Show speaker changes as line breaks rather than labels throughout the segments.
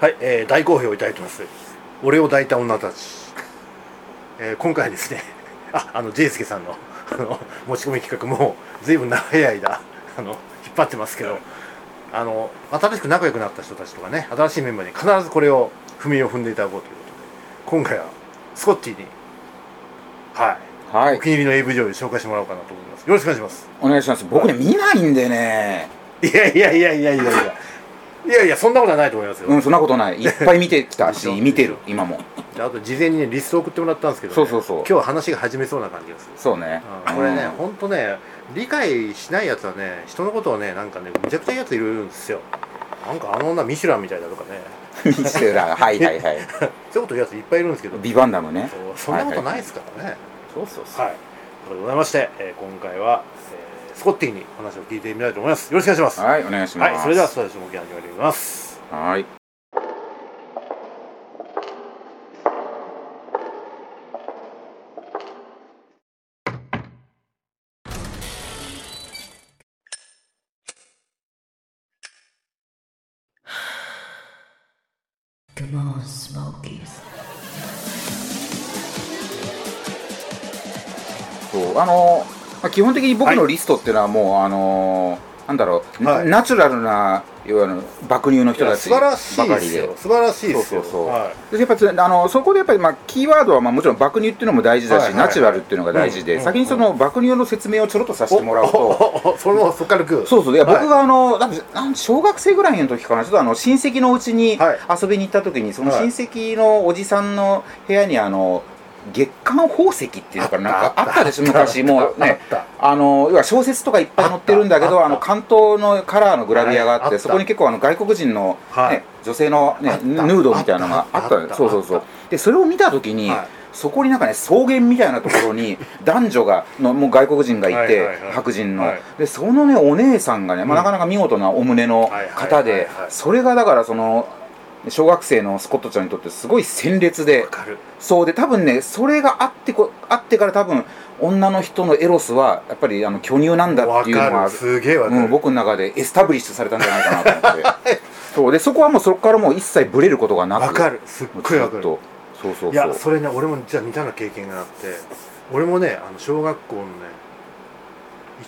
はい、えー大好評いただいてます俺を抱いた女たち、えー今回はですねああのジェイスケさんの あの持ち込み企画も随分長い間あの引っ張ってますけどあの新しく仲良くなった人たちとかね新しいメンバーに必ずこれを踏みを踏んでいただこうということで今回はスコッティにはい
は
お気に入りの AV 女優紹介してもらおうかなと思いますよろしくお願いします
お願いします僕ね見ないんでね
いやいやいやいやいやいやいやいやそんなことはないと思いますよ、
うんそんなことないいっぱい見てきたし
でしょ
見てる今も
であと事前にねリスト送ってもらったんですけどね、
そうそうそう
今日は話が始めそうな感じがする、
そうね
うんこれね
うん
本当ね理解しないやつはね人のことをねなんかねむちゃくちゃいいやついるんですよなんかあの女ミシュランみたいだとかね
ミステラーはいは いは
そう
い
いうこと言うやついっぱいいるんですけど
ビバンダムね
そうそんなことないですすからね
そうそうそう
はい、ということでございまして、えー今回は、えースコッティにお話を聞いてみたいと思いますよろしくお願いします
はいお願いします
はい、それでは私の動き始めていきます
はいそうあのまあ基本的に僕のリストっていうのはもう、あのなんだろう、
はい
ナチュラルな要はあの爆乳の人
いや
た
素
ち
晴
ば
らしい
か
で
り
す
で
よ素晴らしいですよ
そうそうそう
はい
でやっぱつあのそこでやっぱり、まあ、キーワードは、まあ、もちろん爆乳っていうのも大事だし、
はいはいはい
ナチュラルっていうのが大事で、
うんうん
先にその爆乳の説明をちょろっとさせてもらう
お
と。
おおおそれもそっから行く
そうそういや
はい
僕があの、なんかなん小学生ぐらいの時かなちょっとあの親戚のうちに
はい
遊びに行った時に、その
はい
親戚のおじさんの部屋にあの月刊宝石っていうのかななんかあったでしょ昔もうね
あっ
あの要は小説とかいっぱい載ってるんだけ
あっ
ど
た
あの関東のカラーのグラビアがあって、
はいあった
そこに結構あの外国人の、ね
はい
女性の、
あ
ね
っ、た
ヌードみたいなのが
あ
あ
っ
ったた
あった
そうそうそ
あっ
うでそれを見た時に、
はい
そこになんかね草原みたいなところに男女がのもう外国人がいて、
はいはいはい
白人の、
はい
でそのねお姉さんがね、まあ、なかなか見事なお胸の方で、
はいはいはいはい
それがだからその小学生のスコットちゃんにとってすごい鮮烈で
わかる
そうで多分ねそれがあってこあってから多分女の人のエロスはやっぱりあの巨乳なんだ
わ
っていうの
か
が
るすげえわかる、
うん、僕の中でエスタブリッシュされたんじゃないかなと思ってそうでそこはもうそこからもう一切ブレることがなく
わかるすっ
もう
ごいわか
ずっ
る
とそうそうそう
いやそれね俺も実は似たような経験があって俺もねあの小学校のね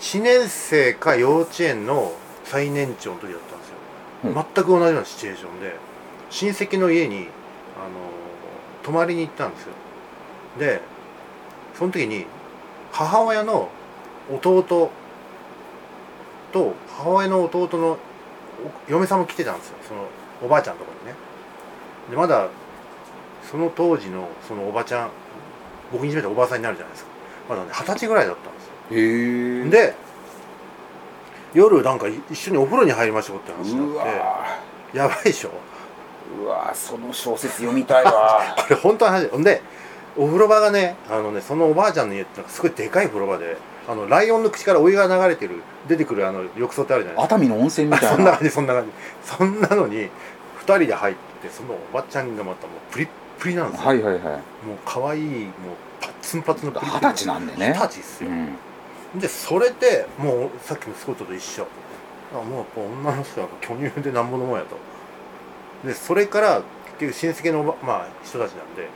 1年生か幼稚園の最年長の時だったんですよ、
うん
全く同じようなシチュエーションで親戚の家にあの泊まりに行ったんですよでその時に母親の弟と母親の弟のお嫁さんも来てたんですよそのおばあちゃんのところにねでまだその当時のそのおばちゃん僕にじめたおばあさんになるじゃないですかまだね二十歳ぐらいだったんですよ
へえ
で夜なんかい一緒にお風呂に入りましょうって話に
う
な
わ
っ
ー
てやばいでしょ
うわーその小説読みたいわ
これ本当の話ほんでお風呂場がねあのねそのおばあちゃんの家ってなんかすごいでかい風呂場であのライオンの口からお湯が流れてる出てくるあの浴槽ってあるじゃないですか
熱海の温泉み
あ
た
そ
い
んな
な
感じそんな感じそんなのに2人で入ってそのおばちゃんがまたもうプリップリなんですよ、
はいはいはい
もう可愛いもうパッツンパツンのプリ
二十歳なんでね
二十歳っす
う
よ、
ん
でそれでもうさっきのスコットと一緒あもうやっぱ女の人は巨乳でなんぼのもんやとでそれから結局親戚のおば、まあ、人たちなんで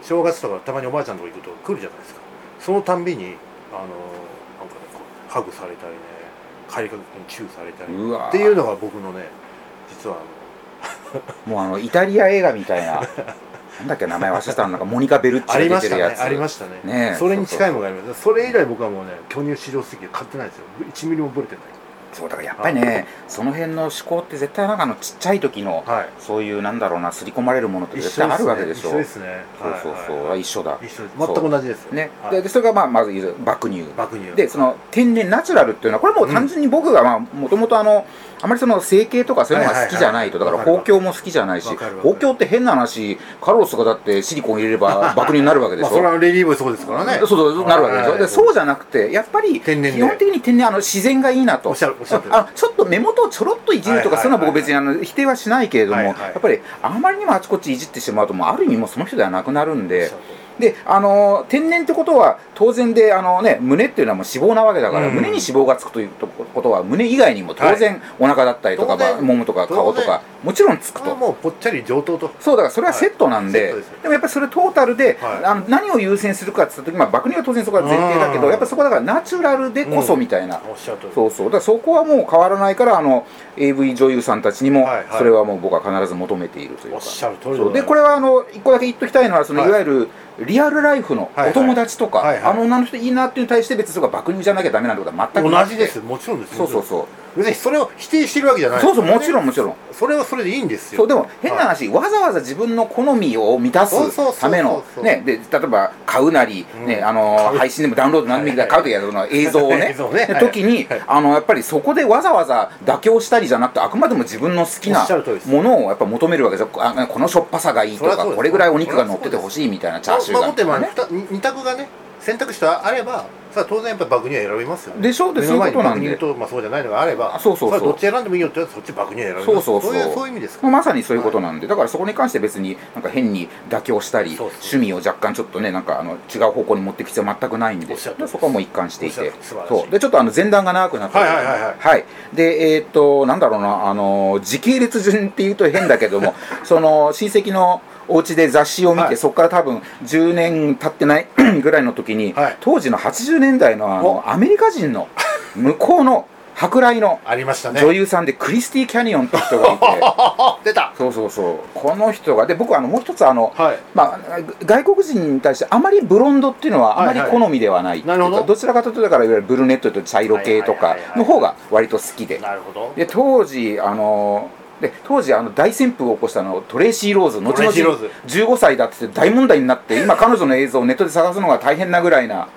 正月とかたまにおばあちゃんのとこ行くと来るじゃないですかそのたんびにあのなんかねこうハグされたりね改革にチューされたり
うわー
っていうのが僕のね実はあの
もうあのイタリア映画みたい ななんだっけ名前忘れたのなんかモニカ・ベルッチ
あり
が
ま
出
してた
る
ね
やつ
ありましたね
ねえ
それに近いものがありますそれ以来僕はもうね巨乳市場すぎて買ってないですよ1ミリもブレてない
そうだからやっぱりねその辺の思考って絶対なんかあのちっちゃい時の
はい
そういうなんだろうな刷り込まれるものって
一
絶
緒
対
で
あ
す
るわけ
ね
でしょ
一緒ですね
そうそうそう、
はいはいはい
一緒だ
一緒です全く同じですよ
ね、
はい
ででそれがまあまず爆乳
爆乳
でその天然ナチュラルっていうのはこれもう単純に僕がまあもともとあのあまりその整形とかそういうのが好きじゃないと
は
だ
い
か
はい
ら
はい
包協も好きじゃないし
わかるわかる
包協って変な話カロスがだってシリコン入れれば爆乳になるわけで
ま
しょ
あそれはレディーボーイそうですからね
そうそうなるわけでしょ、
はい
でそうじゃなくてやっぱり基
天然で
本的に天然あの自然がいいなと
おっしゃるおっしゃる
あのちょっと目元をちょろっといじるとか、
はいはいはいはい
そういうのは僕別にあの否定はしないけれども、
はいはい
やっぱりあまりにもあちこちいじってしまうともうある意味もうその人ではなくなるんで、であの天然ってことは当然であの、ね、胸っていうのはもう脂肪なわけだから、
うん
胸に脂肪がつくということは胸以外にも当然お腹だったりとか、
当然
まあももとか顔
当
と
然
かもちろんつく
これは
と。
もうぽっちゃり上等と
そうだからそれはセットなん
はい
で、
セット
で
です
もやっぱりそれトータルで、
はい
あの何を優先するかって言った時まあ爆乳は当然そこは前提だけ
う
ど
ん
やっぱそこはだからナチュラルでこそ
うん
みたいな、
おっしゃるとり
そうそうだからそこはもう変わらないからあの AV 女優さんたちにも
はいはい
それはもう僕は必ず求めているという
おっ
か、
しゃる通り
そうで
ご
こ
ざい
れはあの一個だけ言っときたいのはその、
はい
い、わゆるリアルライフのお友達とか、
はいはいはいはい
あの女の人いいなっていうのに対して別にそこは爆乳じゃなきゃダメなんてことは全く
ま
な
す
く
同
て
じですもちろんです
そうそうそう
別にそれを否定してるわけじゃない
そうそうもちろ
ん
んもちろん
それはそれでいいんですよ
そうでも変な話、わざわざ自分の好みを満た
そうそうそう
す
そ
た
う
めのねで例えば買うなり、
うん
ねあの
買う
配信でもダウンロード何でもいいから買うときはその映像をね
映像ね
で
はい
時に、あのやっぱりそこでわざわざ妥協したりじゃなくてあくまでも自分の好き
お
な
っしゃる通りです
ものをやっぱ求めるわけですよあこのしょっぱさがいいと
そりゃ
か
そうです
これぐらいお肉が乗っててほしいみたいなチャーシュー
まあ
が
もっと言えば
ね
ふた二択がね選択肢があればさあ当然やっぱり爆乳は選びますよね
でしょで
目の前に
そういうことなん
爆
で
乳と、まあ、そうじゃないのがあれば
あそうそうそ
れ
う
はどっち選んでもいいよって言ったらそっち爆乳選びます
そうそうそう
いうそういう意味ですか
まあまさにそういうことなんで、だからそこに関して別になんか変に妥協したり
そうそう
趣味を若干ちょっとねなんかあの違う方向に持っていく必要は全くないん
お
で
っしゃる通りです
そこはもう一貫してい
おっしてゃる素晴らしい
そうでちょっとあの前段が長くなった
はいはいはいはい
でえーっとなんだろうなあの時系列順っていうと変だ けどもその親戚のお家で雑誌を見て、
はい
そこから多分10年経ってない ぐらいの時に、
はい
当時の80年代のあのアメリカ人の向こうの舶来の
ありましたね
女優さんでクリスティ・キャニオンって人がいて。
あ出た
そうそうそうこの人がで僕はあのもう一つあの、
はい
まあ、外国人に対してあまりブロンドっていうのはあまり
はいはい
好みではないっていうか、
なるほど
ちらかというとだからいわゆるブルネットと茶色系と
は
か
いはいはいはい
の方が割と好きで
なるほど
で当時あので当時あの大旋風を起こしたのトレイシー・ローズ後
トレイシーロ
々
ーズ
15歳だって大問題になって今彼女の映像をネットで探すのが大変なぐらいな。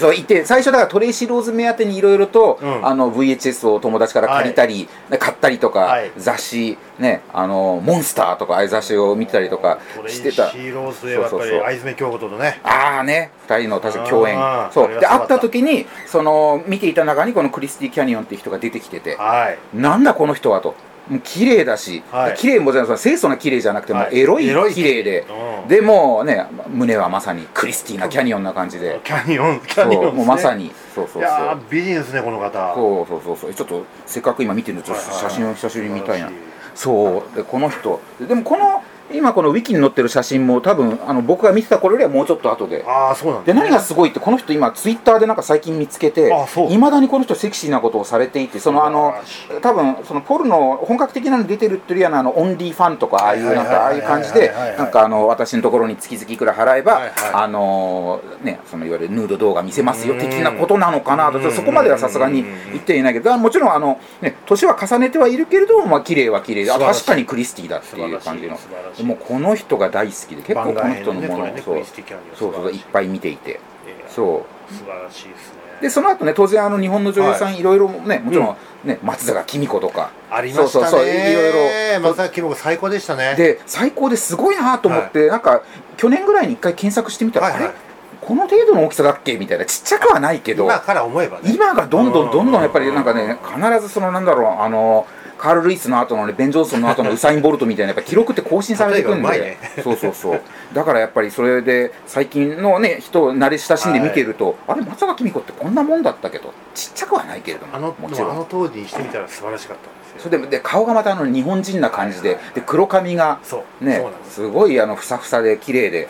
そういて最初だからトレイシー・ローズ目当てにいろいろと、
うん
あの VHS を友達から借りたり、買ったりとか、
はい
雑誌、ね、あのモンスターとかああいう雑誌を見たりとかしてた
トレイシーローズといえばやっぱ
そうそう
り
そう
藍詰京子とのね
ああね2人の確か共演
あー
そ
ありが
うで
とう
会った時にその見ていた中にこのクリスティ・キャニオンっていう人が出てきてて
はい
なんだこの人はともう綺麗だし、
はい
綺麗もじゃないその清楚な綺麗じゃなくてもう
はい
エロい
エロい
綺麗で、
うん
でもうね胸はまさにクリスティーナ・キャニオンな感じで
キャニオンキ
そ
ャニオン
う
ですね
もうまさにそうそうそう
いやー美人ですねこの方
そうそうそうそうちょっとせっかく今見てるのちょっと
はいはいは
写
い
真を久しぶりに見たいな
素晴らしい
そうでこの人でもこの今このウィキに載ってる写真も多分あの僕が見てた頃よりはもうちょっと後で
ああそうなん
で
だ
何がすごいってこの人今ツイッターでなんか最近見つけて
あそう
いまだにこの人セクシーなことをされていてそのあの
素晴らしい
多分そのポルノ本格的なの出てるっていうよりはあのオンリーファンとかああいう
はい
な
は
ん
いはい
かああいう感じで
はいはいはい
なんかあの私のところに月々いくら払えば、
はいはい
あのねそのいわゆるヌード動画見せますよ的なことなのかなとちょっとそこまではさすがに言っていないけどあもちろんあのね年は重ねてはいるけれどもまあ綺麗は綺麗であ
素晴らしい
確かにクリスティだっていう感じの
素晴らしい素晴らしい
もうこの人が大好きで結構この人
番外編
のも
ねこ
の
れねク
そう
リスティキャニオン
そうそういっ
素
ぱい見ていて
晴らしい
そう
素晴らしいですね
でその後ね当然あの日本の女優さんいろいろねもちろんね松坂公子とか
ありましたね
そうそうそういろいろ
まさきも最高でしたね
で最高ですごいなと思って、なんか去年ぐらいに一回検索してみたら、
はいはい
あれこの程度の大きさだっけみたいなちっちゃくはないけど
今から思えばね
今がどんどんどんどんやっぱりなんか
うん
ね必ずそのなんだろうあのカール・ルイスの後のねベン・ジョンソンの後のウサイン・ボルトみたいなやっぱ記録って更新されていく
例え
ん
ば
で、
うまいね
そうそうそうだからやっぱりそれで最近のね人を慣れ親しんで見てると、あれ松坂君子ってこんなもんだったけどちっちゃくはないけれども
あの
もちろ
あ
ん
の当時にしてみたら素晴らしかったんです
そ
よ
れでで顔がまたあの日本人な感じで,、
はいはいはい
で黒髪が
そう
ね
そうなんです
すごいあのふさふさで綺麗で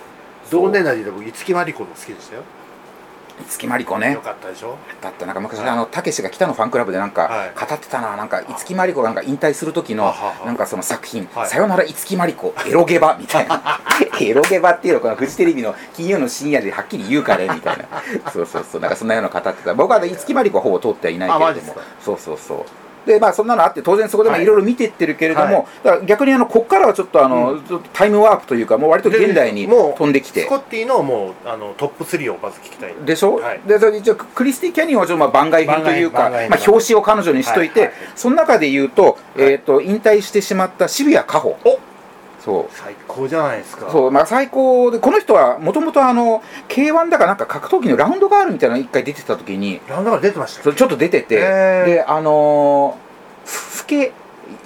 同年代で僕五木真理子も好きでしたよ
五木真理子ね
よかったでしょ
だってなんか昔
はい
あのたけしが北のファンクラブでなんか
は
語ってたななんか五木真理子がなんか引退する時の
ははは
なんかその作品
は
「
い
さよなら五木真理子エロゲバ」みた いな「エロゲバ」っていうのをこのフジテレビの金曜の深夜ではっきり言うからねみたい なそうそうそうなんかそんなような語ってた僕はね五木真理子はほぼ通ってはいないけ
あマ
れ
ジ
ど
です
も
か
そうそうそうでまあそんなのあって当然そこでも
はい
いろいろ見てってるけれど
はい
もだから逆にあのこっからはちょっとあのちょっとタイムワープというかもう割と現代に
もう
飛んできて
スコッティのもうあのトップ3をまず聞きたい
でしょ、
はい
でそれで一応クリスティ・キャニオンはちょっとまあ番外編というか
番外編
まあ、表紙を彼女にしといて、
はいはい
その中で言うと,、
い
えー、と引退してしまった渋谷果歩
お
そう
最高じゃないですか
そうまあ、最高でこの人はもともと k 1だかなんか格闘技のラウンドガールみたいなの一回出てた時に
ラウンドから出てました
そ
よ
れちょっと出てて
へー
であのーふ老け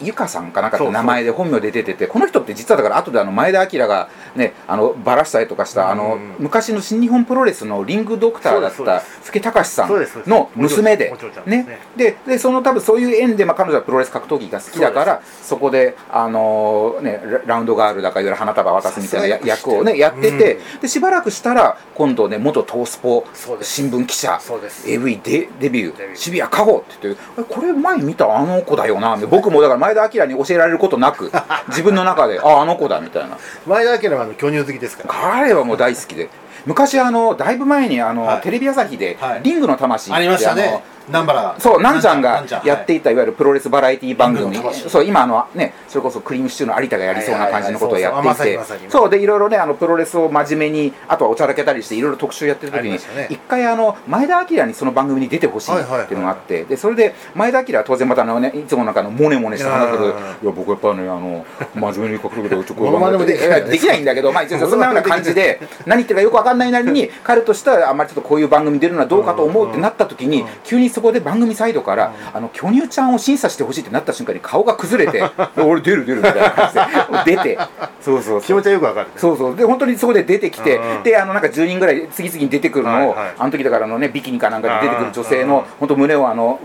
ゆかさんかなんかっ
そう
て
そう
名前で本名で出ててこの人って実はだから後であの前田明がねあのバラしたりとかしたあの
うん
昔の新日本プロレスのリングドクターだっ
そうで
た
すそうです
助隆さ
そうですそうんです
の娘で
お嬢ちゃんです
ね
ね
ででその多分そういう縁でまあ彼女はプロレス格闘技が好きだからそこであのねララウンドガールだかいわゆる花束渡すみたいなや
さす
役
がに
をねやってて
う
でしばらくしたら今度ね元東スポ
そうです
新聞記者
そうです
AV デデビュ
デビュ
ー
ー
渋谷カホって言ってえこれ前見たあの子だよな僕もだから前田明に教えられることなく 自分の中でああの子だみたいな
前田明はあの巨乳好きですから
彼はもう大好きで昔あのだいぶ前にあの、
はい
テレビ朝日で、
はい
リングの魂」って
ありましたね南
あ
原
のそうなんちゃんがやって
い
いたいわゆるプロレスバラエティ番組
リングの魂
そう今あのねそれこそクリームシチューの有田がやりそうな感じのことをや
はい
っ
はい
てい
はい
て
そうそうまさにまさに
そうでいろいろねあのプロレスを真面目にあとはおちゃらけたりしていろいろ特集やってる時
あり
に
ましたね
一回あの前田明にその番組に出てほしいっていうのがあってでそれで前田明は当然またあのねいつもなんかあのモネモネした話だけど
う
い
ん
や僕やっぱねあの真面目に書くけどちょっと
モノマネもできない
やできないんだけどまあ一応そんなような感じで何言ってるかよくわかんないなりに彼としてはあんまりちょっとこういう番組出るのはどうかと思うってなった時に
うん
急にそこで番組サイドから「あの巨乳ちゃんを審査してほしい」ってなった瞬間に顔が崩れて「 俺出る出る」みたいな感じ で出てそうそう
気
そう
持ちはよくわかる
そうそうで本当にそこで出てきて、
うん
であのなんか10人ぐらい次々に出てくるのを、
はいはい
あの時だからあのねビキニかなんかで出てくる女性の、
うん
本当胸をあの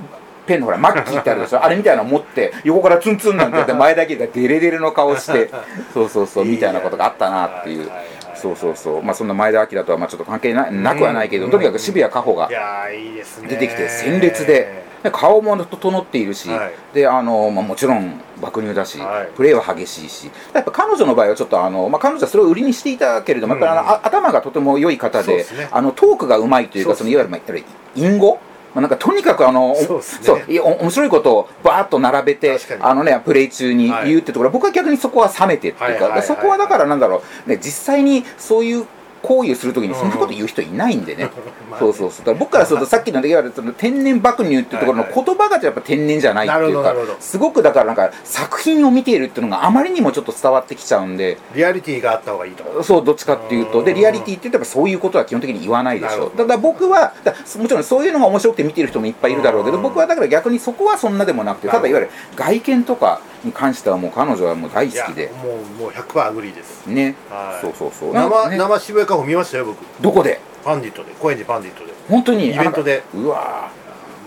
ペンのほらマッキーってあ るでしょあれみたいなの持って横からツンツンなんてやって前だけがデレデレの顔してそうそうそうみたいなことがあったなっていう。
はいはいはいはい
そうそうそうまあそんな前田明とはまあちょっと関係ななくはないけど、
うん
とにかく渋谷加穂が
いやーいいですね
出てきて鮮烈でで顔も整っているし、
はい
であのまあ、もちろん爆乳だし、
はい
プレーは激しいしやっぱ彼女の場合はちょっとあの、まあ、彼女はそれを売りにしていたけれども、
うん
やっぱりあのあ頭がとても良い方
そう
で
ですね
あのトークがうまいというかそ
そうです
の
ね
いわゆる、まあ、いわゆる隠語まあなんかとにかくあのお
そうですね
いやお面白いことをバーッと並べて
確かに
あの、ね、プレイ中に言うってところ、僕は逆にそこは冷めてっていうか、
はいはいはい
そこはだからなんだろう、ね、実際にそういう行為をするときにそんなこと言う人いないんでね。
まあ
そうそうそうだから僕からするとさっきのいわゆるその天然爆乳っていうところの
はいはい
言葉がやっぱ天然じゃないっていう
な
か
るほどなるほど
すごくだからなんか作品を見ているっていうのがあまりにもちょっと伝わってきちゃうんで
リアリティがあった方がいいと
そうどっちかっていう
う
と
ん
でリアリティって言ったらそういうことは基本的に言わないでし
なる
ょ
ほど
ただから僕はだからもちろんそういうのが面白くて見てる人もいっぱいいるだろうけど
うん
僕はだから逆にそこはそんなでもなくて
なる
た
ほど
だいわゆる外見とかに関してはもう彼女はもう大好き
い
で
やもうもう100%アグリーです
ね
はい
そうそうそうなん
生
かね
生渋谷カホ見ましたよ僕
どこで
パンディットで高円寺パンディットで
本当に
イベントで
あなんかうわ
あーも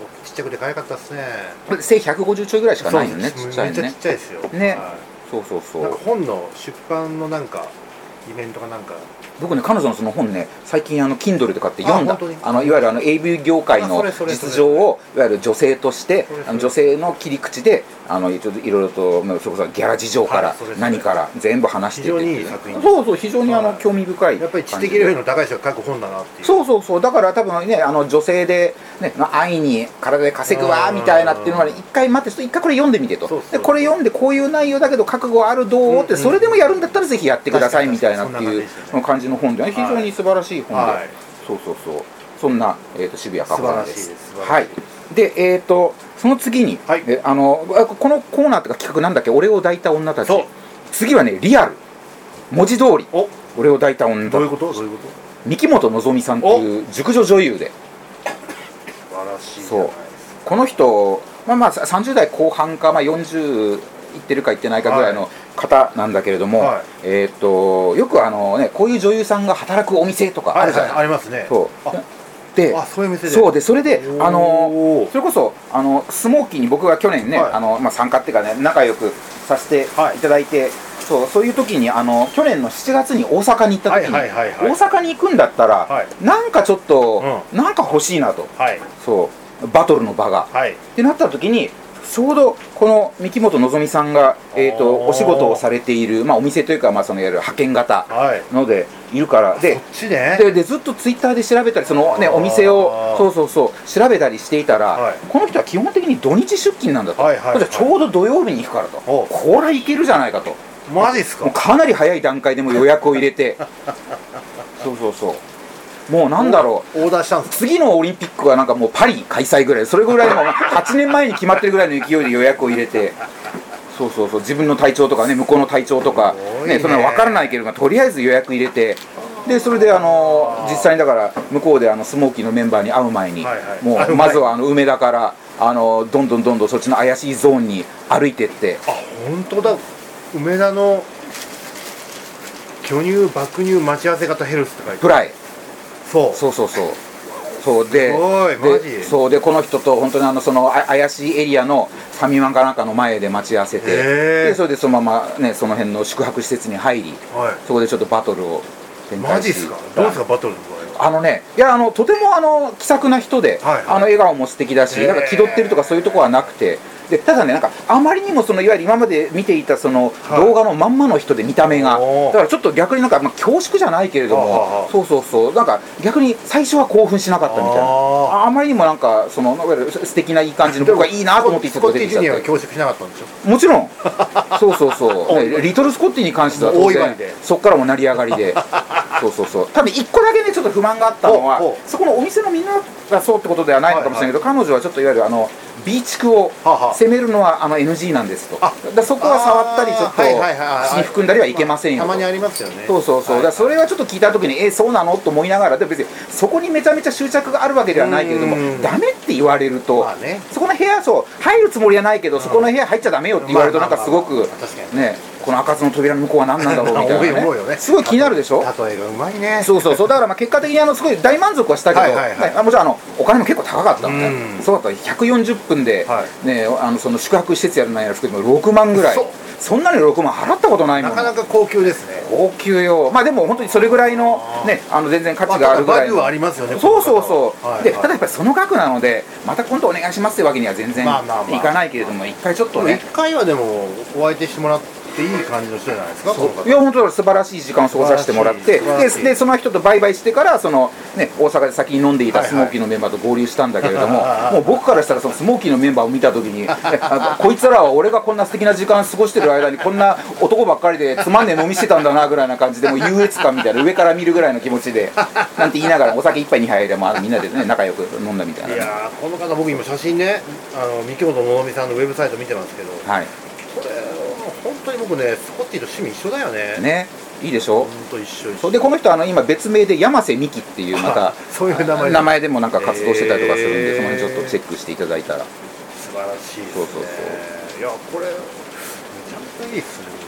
うちっちゃくて可愛かったですね
ーこれ背150ちょいぐらいしかないよね
そうで
ちっ
す
ちゃい
めっ
の
ちゃ
ね
ちっちゃいですよ
ね
は
そうそうそ
いなんか
う
本の出版のなんかイベントかなんか
僕ね彼女のその本ね最近あの Kindle とかって読ん
あ
だ
本当に
あのいわゆるあの AV 業界
あ
の
それそれそれ
実情をいわゆる女性として
それそれ
あの女性の切り口であのちょっといろいろとまあそれこそギャラ事情か
は
ら
いそれそれ
何から全部話してて
非常にいい作品
そうそう非常にあの
はい
興味深い
やっぱり知的
感じで
レベルの高い人が書く本だなっていう
そうそうそうだから多分ねあの女性で、ね、まあ愛に体で稼ぐわ
うん
みたいなっていうのはね一回待ってちょっと一回これ読んでみてと
そうそう
でこれ読んでこういう内容だけど覚悟あるどうっ
うん
て
うん
それでもやるんだったらぜひやってくださいみたいなって
確かに
いう
そんな感じですよね
その感じの本でね非常に素晴らしい本で、
はい
そうそうそうそんな、えー、と渋谷かほさんで
素晴らしい
す
です素晴
は
ら
い
しい
でえっ、とその次に、
はい
えあのあこのコーナーとか企画なんだっけ俺を抱いた女たち
そう
次はねリアル文字通り
お
俺を抱いた女
ど
た
うい
ち
うことどういうこと
三木本のぞみさんっていう熟女女優で
素晴らしいじゃないです
この人、まあ、まあさ30代後半か、まあ、40いってるかいってないかぐらいの方なんだけれども、
はい
えーっとよくあの、ね、こういう女優さんが働くお店と
か
かあるじゃない、
はいはいありますねあ
そうで
あそういう店で
そうでそれであの
おー
それこそあのスモーキーに僕が去年ね、
はい
あのまあ、参加っていうかね仲良くさせて
はい
いただいて、そうそういう時にあの去年の7月に大阪に行った時に、
はいはいはいはい
大阪に行くんだったら、
は
なんかちょっと、なんか欲しいなと
はい
そうバトルの場が。
はい
ってなった時にちょうどこの三木本のぞみさんが、えー、と
おー
お仕事をされている、まあ、お店というか、まあ、そのいわゆる派遣型
はい
のでいるから
そ
で
っちね
ででずっとツイッターで調べたりその、ね、
あー
お店をそうそうそう調べたりしていたら、
はい
この人は基本的に土日出勤なんだと、
はいはいはい
じゃあちょうど土曜日に行くからと
お
これはいけるじゃないかと
マジっす
もう
か
かなり早い段階でもう予約を入 れてそうそうそうもうなんだろう
オーダーしたんです
次のオリンピックはなんかもうパリ開催ぐらいそれぐらいの8年前に決まってるぐらいの勢いで予約を入れてそうそうそう自分の体調とかね向こうの体調とか
すごい
ね
ね
そんなの分からないけれどもとりあえず予約入れてでそれであの実際にだから向こうであのスモーキーのメンバーに会う前に
はいはい
も
会う
う
前
まずはあの梅田から。あのどんどんどんどんそっちの怪しいゾーンに歩いてって
あ本当だ梅田の巨乳爆乳待ち合わせ型ヘルスって書いて
プ
ある
ライ
そう
そうそうそうそうです
ごいマジ
でそうでこの人と本当にあのそのあ怪しいエリアのファミマンかなんかの前で待ち合わせて
へー
でそれでそのままねその辺の宿泊施設に入り
は
そこでちょっとバトルを
い
展
マ
開し
ジっすかどうですかバトルの場合は
あのね、いやあのとてもあの気さくな人で、
はいはい
あの笑顔も素敵だし、
へー
なんか気取ってるとかそういうとこはなくて、でただねなんかあまりにもそのいわゆる今まで見ていたその
はい
動画のまんまの人で見た目が、
おー
だからちょっと逆になんかまあ恐縮じゃないけれど
はあは
も
あ、
そうそうそうなんか逆に最初は興奮しなかったみたいな。
あ
ああまりにもなんかそのいわゆる素敵ないい感じの
で
僕
も
がいいなと思ってい
ス
つ
コッ
も出
テ
て
ィ・
き
ジ
ちゃ
ュ
っ
ニアは恐
て
縮しなかったんでしょ
もちろ んそうそうそう、ねリトルスコッティに関しては当
大
然
祝いで
そこからも成り上がり でそうそうそう多分一個だけねちょっと不満があったのは
ほうほう
そこのお店のみんながそうってことではないのかもしれないけど、彼女はちょっといわゆるあの B 地区を
はあはあ
攻めるのはあの NG なんですとだ
あ
からそこは触ったりちょっと
あーはいはいはい
口に含んだりはいけません
た
よと
まにありますよね
そうそうそう、
はい
だからそれはちょっと聞いた時にえそうなのと思いながらでも別にそこにめちゃめちゃ執着があるわけではないけれども
うん
ダメって言われると、
まあね
そこの部屋そう入るつもりはないけど、そこの部屋入っちゃダメよって言われると
ま
な
あ
んかすご
まあ
く
まあ確かに
ねこの開かずの扉の向こうは何なんだろうみたい な、ね、
思うよね
すごい気になるでしょ
例えがうまいね
そうそうそうだからまあ結果的にあのすごい大満足はしたけど、
はいはいはい
ねあもちろんあのお金も結構高かったので、
うん
そうだったら140分で、
は
ね、あのその宿泊施設やるなんやら含め6万ぐらい
嘘
そんなに6万払ったことないも
なんかなか高級ですね
高級よまあでも本当にそれぐらいのねあの全然価値があるぐ
まあただバ
らい
リュ
の
ーはありますよね
そうそうそう、
はい
で
はい
ただやっぱりその額なのでまた今度お願いしますってわけには全然い
まあまあまあ
かないけれども一回ちょっと
一
ね
回はでもお相手してもらっていい感じの人じゃないですかこの方
いや本当に素晴らしい時間を過ごさせてもらって
素晴ら
で
しい
でその人とバイバイしてからその、ね、大阪で先に飲んでいた
はい
ス
はい
モーキーのメンバーと合流したんだけれども、
はい
もう僕からしたらそのスモーキーのメンバーを見た時 にあこいつらは俺がこんな素敵な時間過ごしてる間にこんな男ばっかりでつまんねえ飲みしてたんだなぐらいな感じでもう優越感みたいな上から見るぐらいの気持ちで なんて言いながらお酒一杯二杯でもあのみんなで、ね、仲良く飲んだみたい
い
な、ね、
やーこの方僕今写真ねあの三木本ののみさんのウェブサイト見てますけどこ
はい
れ本当に僕ねスコッティと趣味一緒だよね
ねいいでしょ
本当一緒一
そ
緒
うでこの人あの今別名で山瀬美希っていうま た
そういう名前で
名前でもなんか活動してたりとかするんで、
へー
その辺ちょっとチェックしていただいたら
素晴らしいですね
そうそう
いやこれめちゃくちゃいいっすね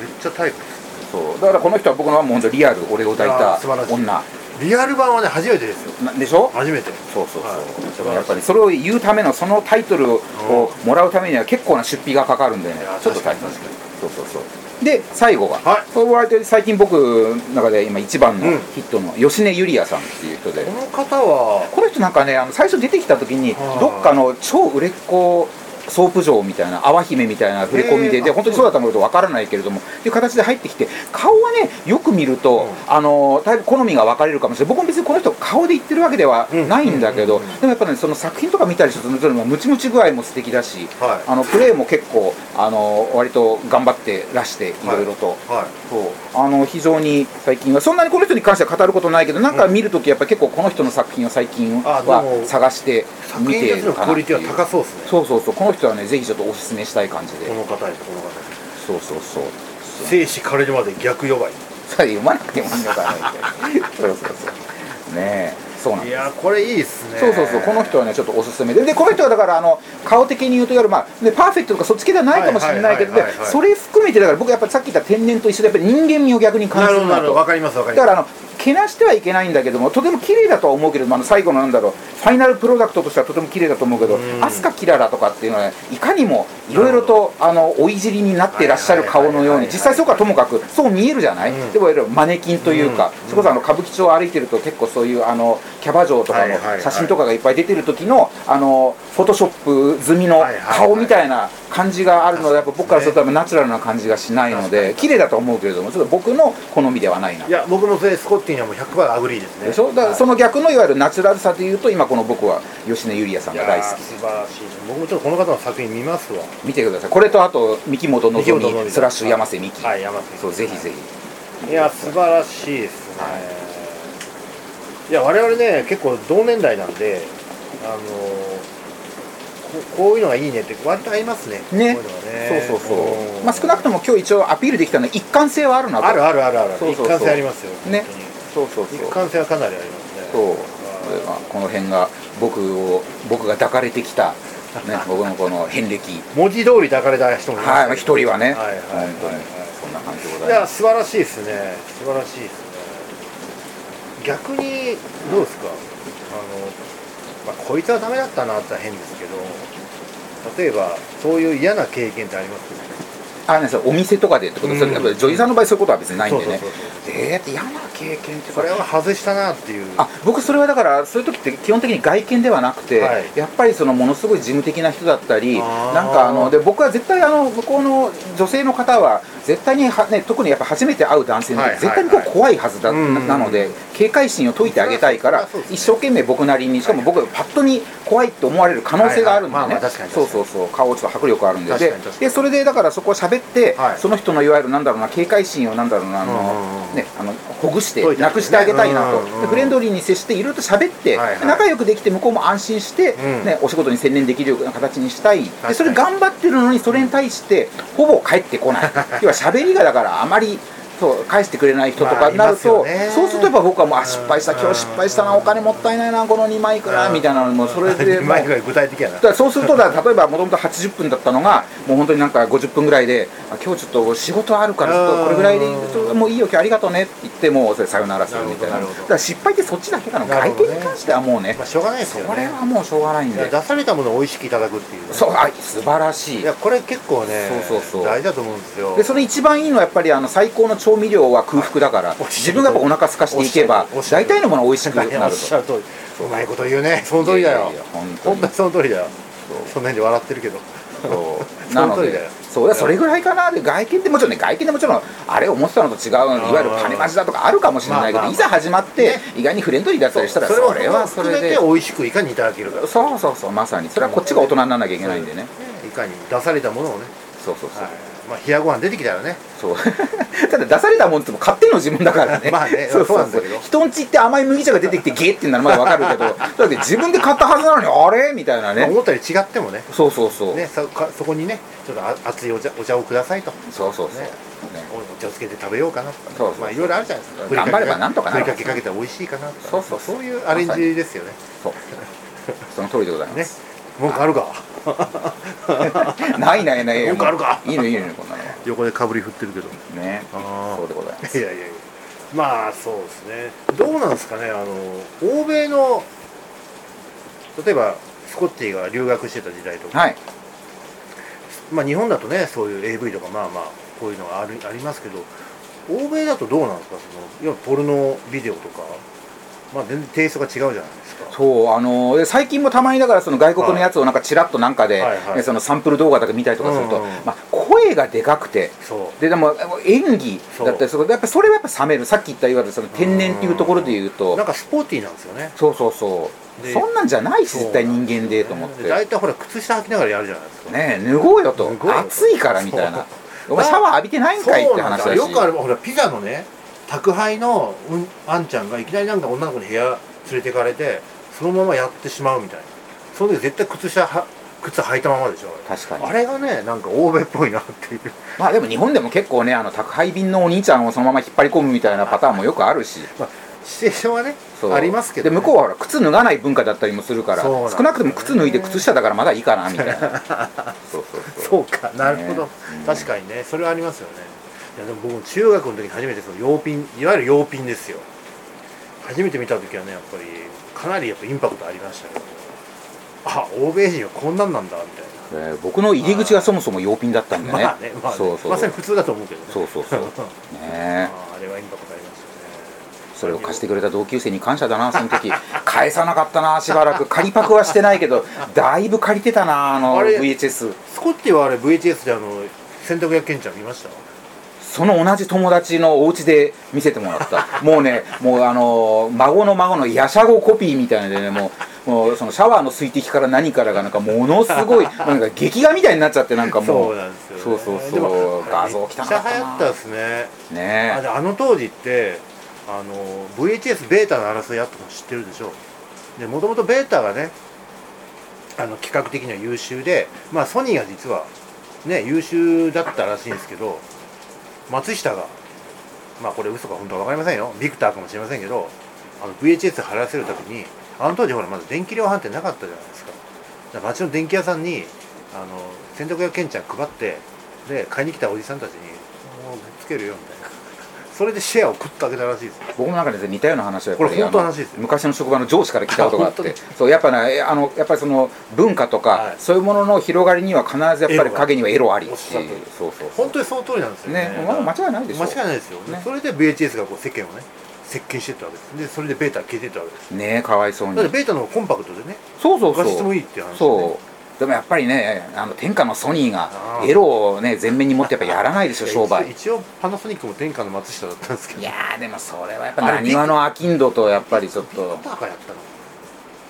めっちゃタイプです
そうだからこの人は僕のはもう本当リアル俺を抱い
あー
た
素晴らしい
女
リアル版はね初めてですよ
なでしょ
初めて
そうそうそう、
はい
だからやっぱりそれを言うためのそのタイトルをもらうためには結構な出費がかかるんでね
いや
ちょっと大変
確
です
かに
そうそうそうで最後が、
はい
そう割と最近僕の中で今一番の
うん
ヒットの吉根ゆりやさんっていう人で、
この方は
この人なんかねあの最初出てきた時に
あー
どっかの超売れっ子ソープ嬢みたいな淡姫みたいな振り込み
へ
で
ー
で
あ
本当にそうだったのかどうかわからないけれどもっていう形で入ってきて顔はねよく見ると、
う
あのだいぶ好みが分かれるかもしれない僕も別にこの人顔で言ってるわけではないんだけど、
うんうんうんうん
でもやっぱねその作品とか見たりするとムチムチ具合も素敵だし、
はい
あのプレーも結構あの割と頑張ってらしていろいろと。
はい
そうあの非常に最近はそんなにこの人に関しては語ることないけどなんか見るときやっぱり結構この人の作品を最近
あで
は
も
探して
作
見
品
て
た
い
ち
る
の
か
クオ
なって
リティ
いう
は高そうですね
そうそうそうこの人はねぜひちょっとおすすめしたい感じで
この方ですこの方です
そうそうそう
生死彼女まで逆呼ばい
さあ読まなくてもいいのかな みたいなそうそうそうねえそうなん
い
です
やーこれいいっすね
そうそうそうこの人はねちょっとおすすめででこの人はだからあの顔的に言うといわゆるまあ、ね、パーフェクトとかそっち系ではないかもしれないけど
はいはいはいはいはい
それ含めてだから僕やっぱりさっき言った天然と一緒でやっぱり人間味を逆に感
な
じ
る
る
ほど
な
なるほ
と
どわかりますわかり
だ
ま
か
す
らあのけなしてはいけないんだけどもとても綺麗だとは思うけれどもあの最後のなんだろうファイナルプロダクトとしてはとても綺麗だと思うけど
うん
飛鳥キララとかっていうのはいかにもいろいろとあのおいじりになってらっしゃる顔のよう
はいはいはいはい
に実際そうかともかくそう見えるじゃない、
うん
でもいわゆるマネキンというか、
うん
それこそあの歌舞伎町を歩いてると結構そういうあのキャバ嬢とかの
はいはいはい
写真とかがいっぱい出てる時のあのフォトショップ済みの
はいはいはい
顔みたいな感じがあるのでやっぱ僕からするとナチュラルな感じがしないの
確かに
で綺麗だと思うけれどもちょっと僕の好みではないない
や僕もそれスコッティにはもう100%アグリーですね
でしょだからその逆のいわゆるナチュラルさでいうと今この僕は吉根ゆりやさんが大好
き素晴らしい僕もちょっとこの方の作品見ますわ
き見てくださいこれとあと三木本のぞ
三木本のぞみ
みスラッシュ山瀬美希、
はい山瀬
そうぜひぜひ
ひいや素晴らしいですね、、
はい
や我々ね結構同年代なんであのここういうのがいいねって割と合いますね
ね
こういうのがね
そうそうそう、
ん
まあ、少なくとも今日一応アピールできたのは一貫性はあるなと
あるあるあるある
そうそうそう
一貫性ありますよ
ね
本
そうそう
当
そ
に
う
一貫性はかなりありますね
そう
あー
この辺が僕を僕が抱かれてき た、ね、僕のこの遍歴
文字通り抱かれた人もいま
はいまあ
す
一人はね、
はいはいはい
本当にそんな感じでご
い
ざい
や
ます
素晴らしいですね素晴らしいですね逆にどうですかあの、まあ、こいつはダメだったなって変ですけど例えばそういう嫌な経験ってあります
あねそれお店とかでってこと、
うん
それやっぱり女優さんの場合そういうことは別にないんで
そう
ね
そうそう
えー、嫌な経験って
それは外したなっていう
あ僕それはだからそういう時って基本的に外見ではなくて、
はい
やっぱりそのものすごい事務的な人だったり
あー
なんかあので僕は絶対あの向こうの女性の方は絶対には、ね、特にやっぱ初めて会う男性の
はいはいはい
絶対にこう怖いはずだ、
うんうんうん
なので警戒心を解いてあげたいから、
そりゃそうで
一
すね
生懸命僕なりにしかも僕パッとに怖いって思われる可能性があるんでね、
はいはいまあまあ確かに確か
そう
に
そうそう顔ちょっと迫力あるんで
確かに確かに
ででそれでだからそこを喋って、
はい
その人のいわゆるなんだろうな警戒心をなんだろうなあの、
うんうんうん
ね、あのほぐして
解いてあげてね
なくしてあげたいなと、
うんうんうん
でフレンドフレンドリーに接していろいろと喋って、
はいはい
で仲良くできて向こうも安心して、
うん
ね、お仕事に専念できるような形にしたい
か
で
に
それ頑張ってるのにそれに対してほぼ返ってこない 要は喋りがだからあまりそう返してくれない人と
まあ
か
あ
に
り
な
ま
る
すよ
と、
ね
そうするとやっぱ僕はもうあ失敗した
うん
今日失敗したなお金もったいないなこの2枚いくら
うん
みたいなのもそれで
う
もう
まいぐらい具体的やな
だからそうするとだ例えばもともと80分だったのがもう本当になんか50分ぐらいであ今日ちょっと仕事あるからちょっとこれぐらいで
うん
ちょっともういいよ今日ありがとうねって言ってもうそれさよならするみたいな
なるほどなるほど
だから失敗ってそっちだけなの
なる
外
ほどね
見に関してはもうね
まあ、しょうがないですよ
これ
ね
はもうしょうがないん
いや
で
出されたものを美味しくいただくっていうね、
そうあ素晴らしい
いやこれ結構ね
そうそうそう
大事だと思うんですよ
でそれ一番いいのはやっぱりあの最高の調味料は空腹だから
おっしゃる
自分がやっぱお腹空かしていけば
おっしゃ
大
る
体のものは美味しく
お
な
っ
る
しゃる
と
おっしゃる通りうまいこと言うねその通りだよ
いやいやいや
本
本
当
当
に
に
その通りだよ
そう
そんなんで笑ってるけど
そう
そ
な
の
の
通りだよ
でそうだそれぐらいかなで外見ってもちろんね外見でもちろんあれ思ってたのと違ういわゆる金町だとかあるかもしれないけ
まあまあ
どいざ始まって意外にフレンドリーだったりしたらそ
も
れはそれで
含めて美味しくいかにいただけるか
そうそうそうまさにそれはこっちが大人にならなきゃいけないんでね
いかに出されたものをね、
そうそうそう
はいまあ、冷やご飯出てきたらね
そう ただ出されたもんっても勝手の自分だからね
まあね
そうそう
そうな
そ
んだ
う
けど
人んち行って甘い麦茶が出てきてゲーってなるまでわかるけ どだって自分で買ったはずなのにあれみたいな
まあ
ね
思ったより違ってもね
そうそうそう、
ねそかそこにねちょっとあ熱いお茶お茶をくださいと
そうそうそう、
ね
ね
おお茶をつけて食べようかなとかね
そうそう
まあいろいろあるじゃないですか
頑張ればなんとかなる
ふりかけかけたら美味しいかなとかね
そうそうそう
そういうアレンジですよね
そうその通りでございます
ね文句あるか
ないないない。
文句あるか
いいのいいのいいのこんなのは。
横でかぶり振ってるけど
ね。
あ
そうでございます。
いやいやいやまあそうですねどうなんですかねあの欧米の例えばスコッティが留学してた時代とか、
はい。
まあ、日本だとねそういう AV とかまあまあこういうのがあるありますけど欧米だとどうなんですかそのいわゆるポルノビデオとか、まあ、全然テイストが違うじゃないですか
そうあので最近もたまにだからその外国のやつをなんかちらっとなんかで、
はいはい
ねそのサンプル動画とか見たりとかすると、
うんうんうん
まあ声がでかくて。
そう
ででも演技だったりするとやっぱそれはやっぱ冷めるさっき言ったいわゆるその天然っていうところで言うと
なんかスポーティーなんですよね
そうそうそう
で
そんなんじゃないし絶対人間でと思って
で
ね
大体ほら靴下履きながらやるじゃないですか
え脱ごうよと
脱ごうよ
暑いからみたい
そ
な
う
お前シャワー浴びてないんかいっ
そう
て
なん
話
だ
だし
よくあるほらピザのね宅配の、うん、あんちゃんがいきなりなんか女の子に部屋連れてかれてそのままやってしまうみたいなその時絶対靴下は靴履いたままでしょあれ
確かに
あれがねなんか欧米っぽいなっていう
まあでも日本でも結構ねあの宅配便のお兄ちゃんをそのまま引っ張り込むみたいなパターンもよくあるし
シチュエーションはね
そう
ありますけど、
で
ね、
向こうはほら靴脱がない文化だったりもするから
そうなんだよね
少なくとも靴脱いで靴下だからまだいいかなみた いなそうそうそう
そうかなるほど、
ねうん
確かにねそれはありますよねいやでも僕も中学の時に初めてその用品いわゆる用品ですよ初めて見た時はねやっぱりかなりやっぱインパクトありましたけどあ欧米人はこんなんなんだみたいな
えー僕の入り口がそもそも用品だったんでね,、
まあね、まあね
そうそう
まさに普通だと思うけどね。
そうそうそう
あ
ね
ーあれはインパクトありますよね。
それを貸してくれた同級生に感謝だなその時 返さなかったなしばらく借りパクはしてないけどだいぶ借りてたなあの
あれ
VHS
スコッティはあれ VHS であの洗濯屋ケンちゃん見ました。
その同じ友達のお家で見せてもらった もうねもうあのー孫の孫のやしゃごコピーみたいなのでねもうもうそのシャワーの水滴から何からがなんかものす ごいなんか劇画みたいになっちゃってなんかも
そううなんですよ、ね。
そうそうそう
でも
画像汚かった
め
な
っちゃ流行ったですね。あ
ね
であの当時ってあの VHS ベータの争いあったの知ってるでしょでもともとベータがねあの企画的には優秀で、まあ、ソニーが実は、ね、優秀だったらしいんですけど松下がまあこれ嘘か本当か分かりませんよビクターかもしれませんけどあの VHS 貼らせるためにあの当時ほらまだ電気量販店なかったじゃないですかだから町の電気屋さんにあの洗濯用けんちゃん配ってで買いに来たおじさんたちに「もうつけるよ」みたいなそれでシェアを食ったわけたらしいですよ
僕の中で似たような話は
これ本当の話ですよ
あの昔の職場の上司から聞いたことがあっ
あ本
てそうやっぱなえあのやっぱりその文化とか、
はい
そういうものの広がりには必ずやっぱり影にはエロありっ
おってしゃ
い
る通り
う
です
そうそう
本当にその通りなんですよね
ねまあ間違いないでしょ
間違いないですよ、
ね
それで VHS がこう世間をね席巻してったわけですでそれでベータが消えてったわけです
ねえかわいそうに
だってベータの方がコンパクトでね
そうそうそう
画質もいいっていう話ね
そうでもやっぱりねあの天下のソニー
あ
が
ー
エロをね前面に持ってやっぱやらないでしょ商売
一応パナソニックも天下の松下だったんですけど
いやーでもそれはやっぱ
あれ
なにわのアキンドとやっぱりちょっ と
パーカーやったの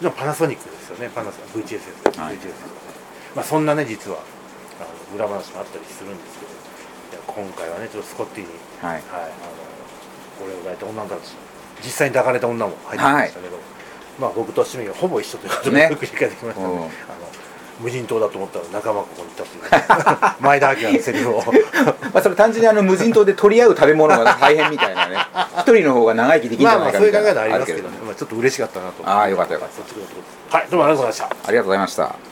じゃあパナソニックですよねパナソニック VHS です、
はい
VHS まあそんなね実はあの裏話もあったりするんですけどいや今回はねちょっとスコッティに
はい
はい、あのこれを抱いた女の子たち実際に抱かれた女も入ってきましたけど、まあ僕と趣味がほぼ一緒ということで、
ね
繰り返してきましたね、
うん
あの無人島だと思ったら仲間がここにいたっていう前田明のセリ フを
まあそれ単純にあの無人島で取り合う食べ物が大変みたいなね一人の方が長生きできるんじ
ま
ゃ
あま
な
あ
いか
そうい
み
う考
たい
えは
な
あります
る
けどね、まあ、ちょっと嬉しかったなと
あーよかったよかった
そっちのことですはいどうもありがとうございました
ありがとうございました